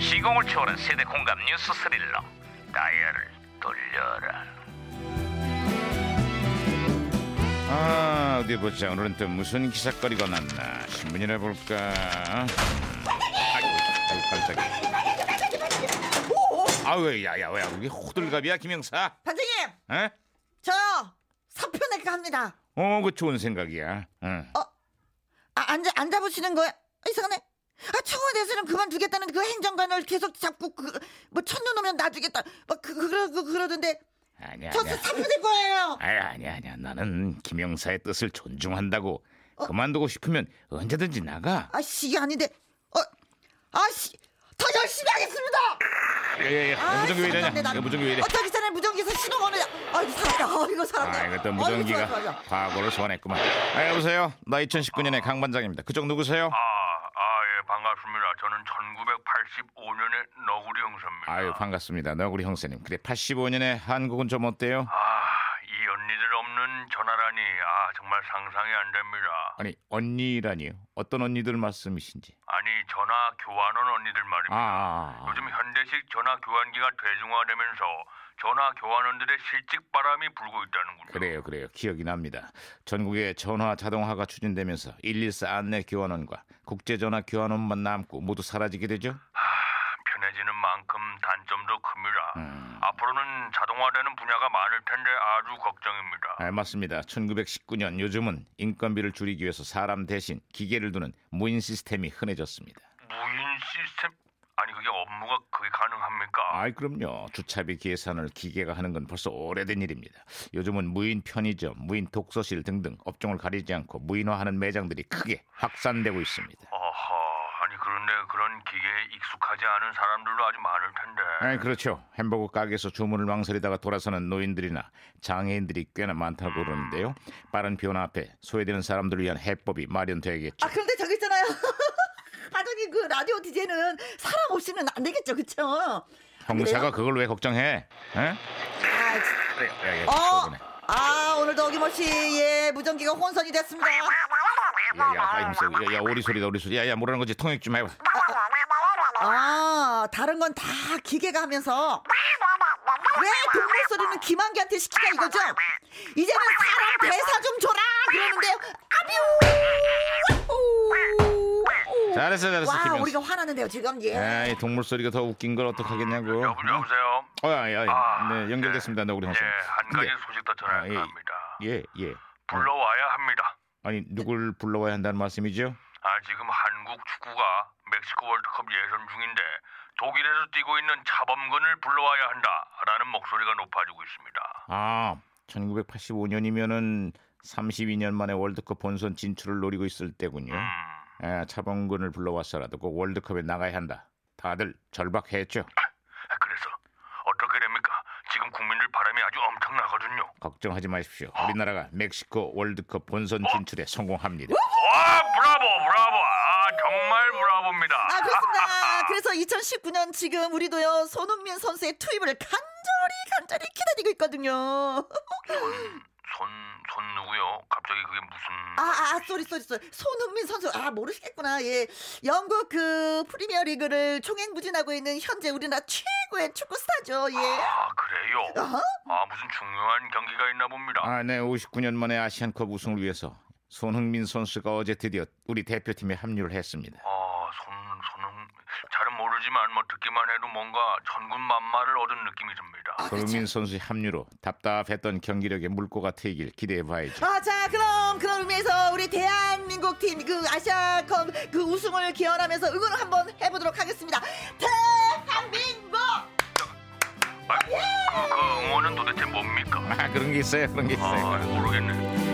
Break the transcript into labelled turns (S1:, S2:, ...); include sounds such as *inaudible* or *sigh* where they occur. S1: 시공을 초월한 세대 공감 뉴스 스릴러 다이얼을 돌려라 아 어디 보자 오늘은 또 무슨 기사거리가 났나 신문이나 볼까 반장님 아왜 야야 왜 우리 호들갑이야 김영사
S2: 반장님,
S1: 에?
S2: 저 사표 낼까 합니다.
S1: 어그 좋은 생각이야 어. 응.
S2: 아, 앉아, 안 잡으시는 거예요? 이상하네. 아, 청와대에서는 그만두겠다는 그 행정관을 계속 잡고, 그, 뭐, 천년오면 놔두겠다. 막, 그, 그, 그, 그러던데.
S1: 아니야
S2: 저
S1: 아니야
S2: 사표 낼 거예요.
S1: 아니 아니야 아니야 나는 김영사의 뜻을 존중한다고 그만두고 싶으면 언제든지 나가
S2: 아씨, 이게 아닌데. 어, 아씨, 더 열심히 하겠습니다!
S1: 야야야
S2: 아,
S1: 무전기 왜 이러냐
S2: 살았네, 나.
S1: 야, 무전기 왜 이래
S2: 어, 저기 전에 무전기에서 신호가 오네. 아, 이거 살았다. 어, 이거 살았다.
S1: 아 이거 또
S2: 어, 이거 좋아, 좋아,
S1: 무전기가
S2: 좋아.
S1: 과거를 소환했구만 아 여보세요 나 2019년의 강 반장입니다 그쪽 누구세요
S3: 아, 아, 예, 반갑습니다. 저는 1985년의 너구리 형사입니다.
S1: 아유 반갑습니다 너구리 형사님 그래 85년에 한국은 좀 어때요
S3: 아, 이 언니들 없는 전화라니, 아, 정말 상상이 안 됩니다.
S1: 아니 언니라니요 어떤 언니들 말씀이신지
S3: 아니, 전화 교환원 언니들
S1: 아,
S3: 말입니다.
S1: 아, 아.
S3: 요즘 현대식 전화 교환기가 대중화되면서 전화 교환원들의 실직 바람이 불고 있다는군요.
S1: 그래요 그래요 기억이 납니다 전국에 전화 자동화가 추진되면서 114 안내 교환원과 국제전화 교환원만 남고 모두 사라지게 되죠
S3: 아, 편해지는 만큼 단점도 큽니다.
S1: 음.
S3: 앞으로는 자동화되는 분야가 많을 텐데 아주 걱정입니다.
S1: 아, 맞습니다. 1919년 요즘은 인건비를 줄이기 위해서 사람 대신 기계를 두는 무인 시스템이 흔해졌습니다.
S3: 무인 시스템, 아니, 그게 업무가 그게 가능합니까?
S1: 아이 그럼요. 주차비 계산을 기계가 하는 건 벌써 오래된 일입니다. 요즘은 무인 편의점, 무인 독서실 등등 업종을 가리지 않고 무인화하는 매장들이 크게 확산되고 있습니다.
S3: 어허, 아니 그런데 그런 기계에 익숙하지 않은 사람들도 아주 많을 텐데.
S1: 아 그렇죠. 햄버거 가게에서 주문을 망설이다가 돌아서는 노인들이나 장애인들이 꽤나 많다고 그러는데요. 빠른 변화 앞에 소외되는 사람들을 위한 해법이 마련돼야겠죠.
S2: 아, 그런데 저기 있잖아요. *laughs* 반장님, 그 라디오 DJ는 사람 없이는 안 되겠죠, 그쵸?
S1: 형사가 그걸 왜 걱정해? 에?
S2: 아, 진짜.
S1: 그래, 야, 야,
S2: 어,
S1: 그러네.
S2: 아 오늘도 어김없이 예 무전기가 혼선이 됐습니다.
S1: 야야 예, 아이 무슨 야야 오리 소리다 오리 소리 야야 뭐라는 거지 통역 좀 해봐
S2: 아 다른 건 다 기계가 하면서 왜 동물 소리는 김한기한테 시키냐 이거죠? 이제는 사람 대사 좀 줘라 그러는데요. 아뷰.
S1: 잘했어 잘했어
S2: 와
S1: 김영수 네.
S2: 우리가 화나는데요 지금 예.
S1: 야이 동물 소리가 더 웃긴 걸 어떡하겠냐고
S3: 여보, 여보세요.
S1: 어야야
S3: 아,
S1: 네 연결됐습니다 너 우리
S3: 예,
S1: 형사
S3: 한 가지 소식 더 전해야
S1: 아, 예.
S3: 합니다.
S1: 예예
S3: 불러와야 합니다.
S1: 아니 누굴 불러와야 한다는 말씀이죠
S3: 아 지금 한국 축구가 멕시코 월드컵 예선 중인데 독일에서 뛰고 있는 차범근을 불러와야 한다라는 목소리가 높아지고 있습니다.
S1: 아 1985년이면은 32년 만에 월드컵 본선 진출을 노리고 있을 때군요
S3: 음,
S1: 예, 차범근을 불러왔어라도 꼭 월드컵에 나가야 한다 다들 절박했죠
S3: 그래서 어떻게 됩니까? 지금 국민들 바람이 아주 엄청나거든요.
S1: 걱정하지 마십시오 우리나라가 멕시코 월드컵 본선 진출에 성공합니다
S3: 와, 아, 브라보, 브라보. 아 정말 브라보입니다.
S2: 아 그렇습니다. 그래서 2019년 지금 우리도요 손흥민 선수의 투입을 간절히 간절히 기다리고 있거든요.
S3: 아, 손, 손 누구요? 갑자기 그게 무슨?
S2: 아, 아, 아, 쏘리, 쏘리, 쏘리. 손흥민 선수, 아, 모르시겠구나. 예. 영국 그 프리미어 리그를 총행부진하고 있는 현재 우리나라 최고의 축구 스타죠. 예.
S3: 아 그래요? 아 무슨 중요한 경기가 있나 봅니다.
S1: 아, 네, 59년 만에 아시안컵 우승을 위해서 손흥민 선수가 어제 드디어 우리 대표팀에 합류를 했습니다.
S3: 아 손, 손은 잘은 모르지만 뭐 듣기만 해도 뭔가 전군 만마를 얻은 느낌이 듭니다.
S1: 손흥민 선수의 합류로 답답했던 경기력에 물꼬가 트이길 기대해 봐야죠.
S2: 아, 자, 그럼, 그런 의미에서 우리 대한민국 팀, 그 아시아컵 그 우승을 기원하면서 응원을 한번 해보도록 하겠습니다. 대한민국!
S3: 아, 그, 그 응원은 도대체 뭡니까?
S1: 아, 그런 게 있어요. 그런 게 있어요.
S3: 아 모르겠네.